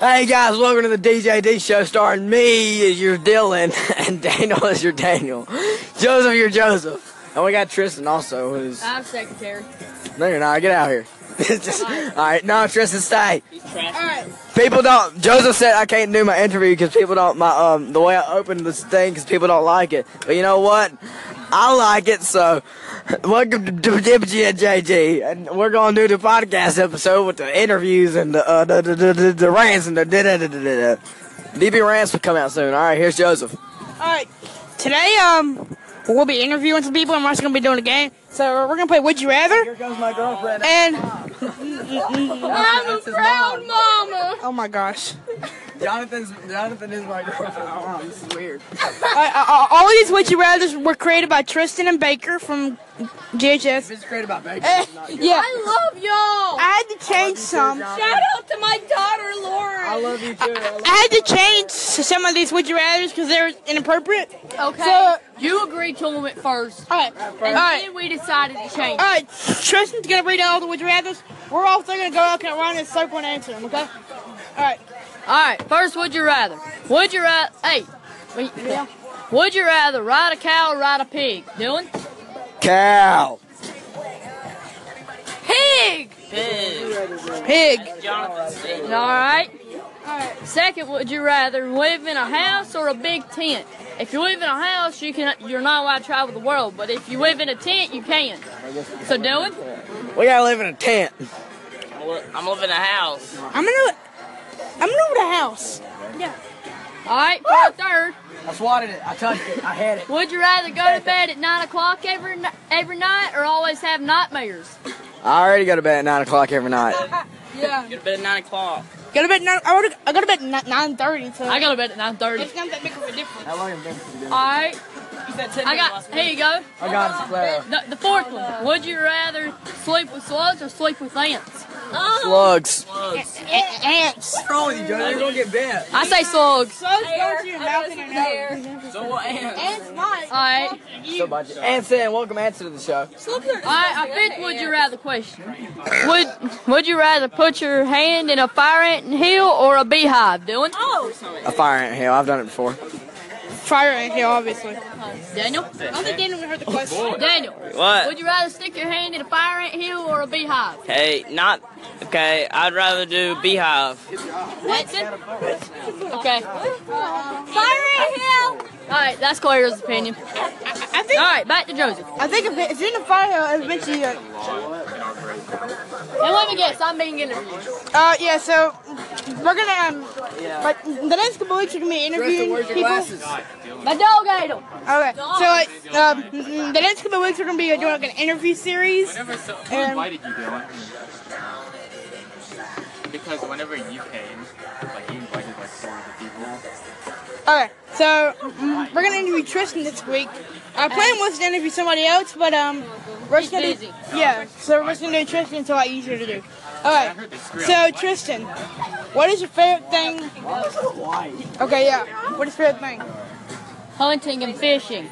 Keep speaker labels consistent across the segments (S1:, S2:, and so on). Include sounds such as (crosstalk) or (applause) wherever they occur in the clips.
S1: Hey guys, welcome to the DJD show starring me as your Dylan (laughs) and Daniel as your Daniel. Joseph, your Joseph. And we got Tristan also who's
S2: I'm secretary.
S1: No you're not, get out here. (laughs) It's just- Alright, no Tristan stay.
S2: All right.
S1: People don't Joseph said I can't do my interview because people don't my um the way I opened this thing because people don't like it. But you know what? I like it so (laughs) welcome to DMG and JG and we're gonna do the podcast episode with the interviews and the uh, the, the, the, the, the rants and the da da da da da. da. DB rants will come out soon. All right, here's Joseph.
S2: All right. Today, um, we'll be interviewing some people, and we're also gonna be doing a game. So we're gonna play Would You Rather,
S1: goes my girlfriend.
S2: (laughs) and
S3: I'm a proud mama.
S2: oh my gosh,
S1: Jonathan's Jonathan is my (laughs) girlfriend. Oh, this is weird.
S2: Uh, uh, uh, all of these Would You Rather's were created by Tristan and Baker from JHS.
S1: It's great about baby.
S2: Eh, (laughs) yeah,
S3: I love y'all.
S2: I had to change some. I
S3: Shout out to my daughter Lauren.
S1: I love you too. I love
S2: had to change some of these Would You Rather's because they were inappropriate.
S3: okay.
S2: So-
S3: you agreed to them at first.
S2: All right, all
S3: And
S2: right.
S3: then we decided to change.
S2: All right, Tristan's gonna read all the would you rather's. We're all three gonna go out and around and circle and answer them. Okay. All right.
S3: Alright, first would you rather? Would you rather hey we- Would you rather ride a cow or ride a pig? Dylan?
S1: Cow.
S3: Pig!
S2: Pig.
S3: Alright. Second, would you rather live in a house or a big tent? If you live in a house, you can you're not allowed to travel the world, but if you live in a tent, you can. So Dylan?
S1: We gotta live in a tent.
S4: I'm living in a house.
S2: I'm gonna. I'm gonna go to the house.
S3: Alright, for the third,
S1: I swatted it. I touched it. I had it.
S3: would you rather go to bed at nine o'clock every ni- every night or always have nightmares?
S1: I already go to bed at nine o'clock every night.
S3: Yeah.
S4: Get to bed at 9 o'clock.
S2: Go to bed. nine- I wanna- I go to bed at nine thirty. So
S3: I go to bed at nine thirty.
S2: it's not that big of a difference.
S1: How long have you been since you did?
S3: Alright.
S4: You said 10
S3: I got here you go.
S1: I got uh, it, Claire.
S3: The, the fourth one. Would you rather sleep with slugs or sleep with ants?
S1: Slugs. What's
S4: Slugs.
S2: A- a- ants.
S1: wrong with you, Joe? You're gonna get bit.
S3: I say slugs.
S2: Slugs go to your mouth and your nose.
S4: So what am?
S2: Ants might.
S3: Alright.
S1: So much. Anson, welcome Anson to the show.
S3: Alright, I fifth would you rather question. Would would you rather put your hand in a fire ant hill or a beehive, Dylan? Oh
S1: A fire ant hill. I've done it before.
S2: Fire in here, obviously.
S3: Daniel? Oh,
S2: I don't think anyone heard the question.
S3: Daniel.
S4: What?
S3: Would you rather stick your hand in a fire ant hill or a beehive?
S4: Hey, not. Okay, I'd rather do beehive.
S3: That's it? Okay.
S2: Fire in here.
S3: Alright, that's Claire's opinion.
S2: I think.
S3: Alright, back to Joseph.
S2: I think if, it- if you're in the fire hill, eventually. uh, You're,
S3: And let me guess, I'm being interviewed.
S2: Uh, yeah, so we're gonna, um, but the next couple weeks we're gonna be interviewing people.
S3: My dog ate him.
S2: Okay, so, like, um, mm, the next couple weeks we're gonna be doing like an interview series.
S5: Whenever so, who
S2: Um,
S5: invited you, Dylan? Because whenever you came, like you invited like four of the people.
S2: Okay, so mm, we're gonna interview Tristan this week. Our plan was to interview somebody else, but, um, we're just
S3: He's
S2: gonna,
S3: busy.
S2: yeah, so we're just gonna do Tristan, it's a lot easier to do. Alright, so Tristan, what is your favorite thing? Okay, yeah, what is your favorite thing?
S3: Hunting and fishing.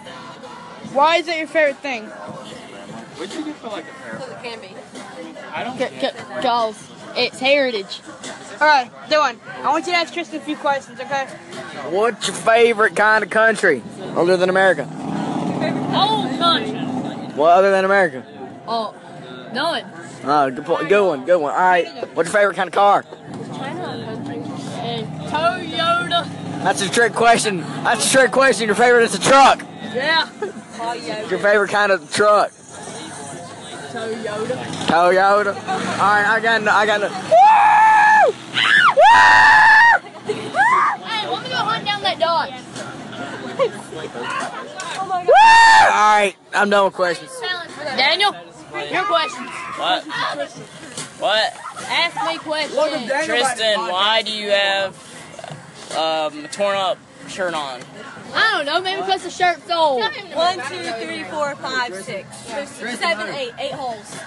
S2: Why is it your favorite thing?
S5: What'd you get for like a pair? I don't get.
S3: Because it's heritage.
S2: Alright, Dylan, I want you to ask Tristan a few questions, okay?
S1: What's your favorite kind of country? Other than America.
S3: Old country.
S1: What other than America?
S3: Oh, none.
S1: Oh, good, point. good one. Good one. All right. What's your favorite kind of car?
S3: And Toyota.
S1: That's a trick question. That's a trick question. Your favorite is a truck.
S3: Yeah.
S1: Your favorite kind of truck?
S3: Toyota.
S1: Toyota. All right. I got. No, I got. No.
S3: Hey, let me go hunt down that dog.
S1: All right. I'm done with questions.
S3: Daniel, your questions.
S4: What? What?
S3: Ask me questions.
S4: Tristan, why do you have um, a torn up shirt on?
S3: I don't know, maybe because the shirt's old.
S6: One, two, three, four, five, six, seven, eight. Eight holes.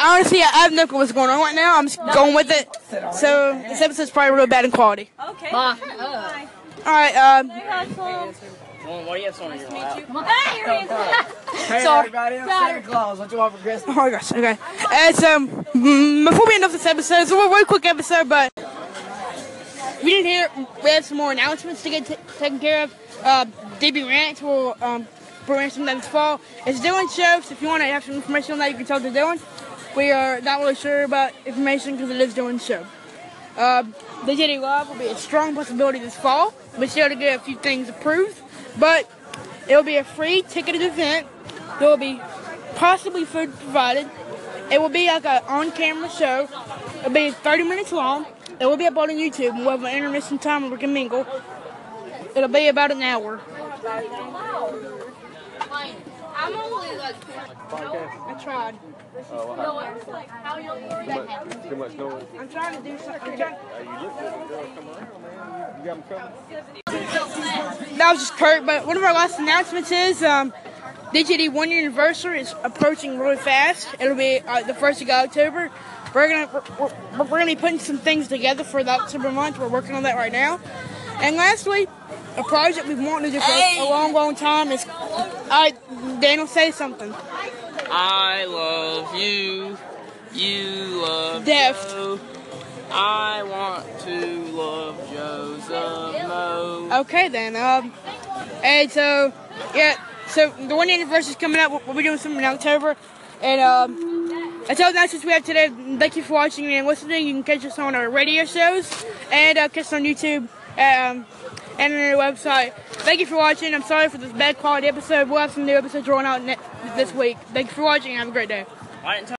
S2: Honestly, I have no clue what's going on right now. I'm just going with it. So this episode's probably real bad in quality.
S6: Okay.
S3: Bye.
S2: All right, um,
S4: Well, why do you have someone in your lap?
S1: Hey,
S3: Sorry.
S1: everybody, I'm Santa Claus. What you want for Christmas?
S2: oh my gosh, okay. um, And so, mm, before we end off this episode, it's a real, real quick episode, but we didn't hear. We have some more announcements to get t- taken care of. Uh, DB Ranch will um, be ranching them this fall. It's Dylan's show, so if you want to have some information on that, you can talk to Dylan. We are not really sure about information because it is Dylan's show. Uh, the Jitty Live will be a strong possibility this fall. We still have to get a few things approved, but it will be a free ticketed event. There will be possibly food provided. It will be like an on-camera show. It'll be 30 minutes long. It will be up on YouTube. We'll have an intermission time where we can mingle. It'll be about an hour.
S7: I'm only like
S2: I tried.
S5: Oh, Too much noise.
S2: I'm trying to do something. I'm trying-
S5: You got me covered?
S2: that was just Kurt. But one of our last announcements is um, DGD one year anniversary is approaching really fast. It'll be uh, the first week of October. We're gonna we're, we're, we're gonna be putting some things together for the October month. We're working on that right now. And lastly, a project we've wanted to do for a long, long time is. I Daniel, say something.
S4: I love you. You love
S2: Deft.
S4: Joe. I want to love Joseph Mo.
S2: Okay then. Um, and so, yeah. So the one year anniversary is coming up. We'll be doing something in October. And um, that's all the announcements we have today. Thank you for watching and listening. You can catch us on our radio shows and uh, catch us on YouTube um, and on our website. Thank you for watching. I'm sorry for this bad quality episode. We'll have some new episodes rolling out ne- this week. Thank you for watching. and Have a great day.
S4: I didn't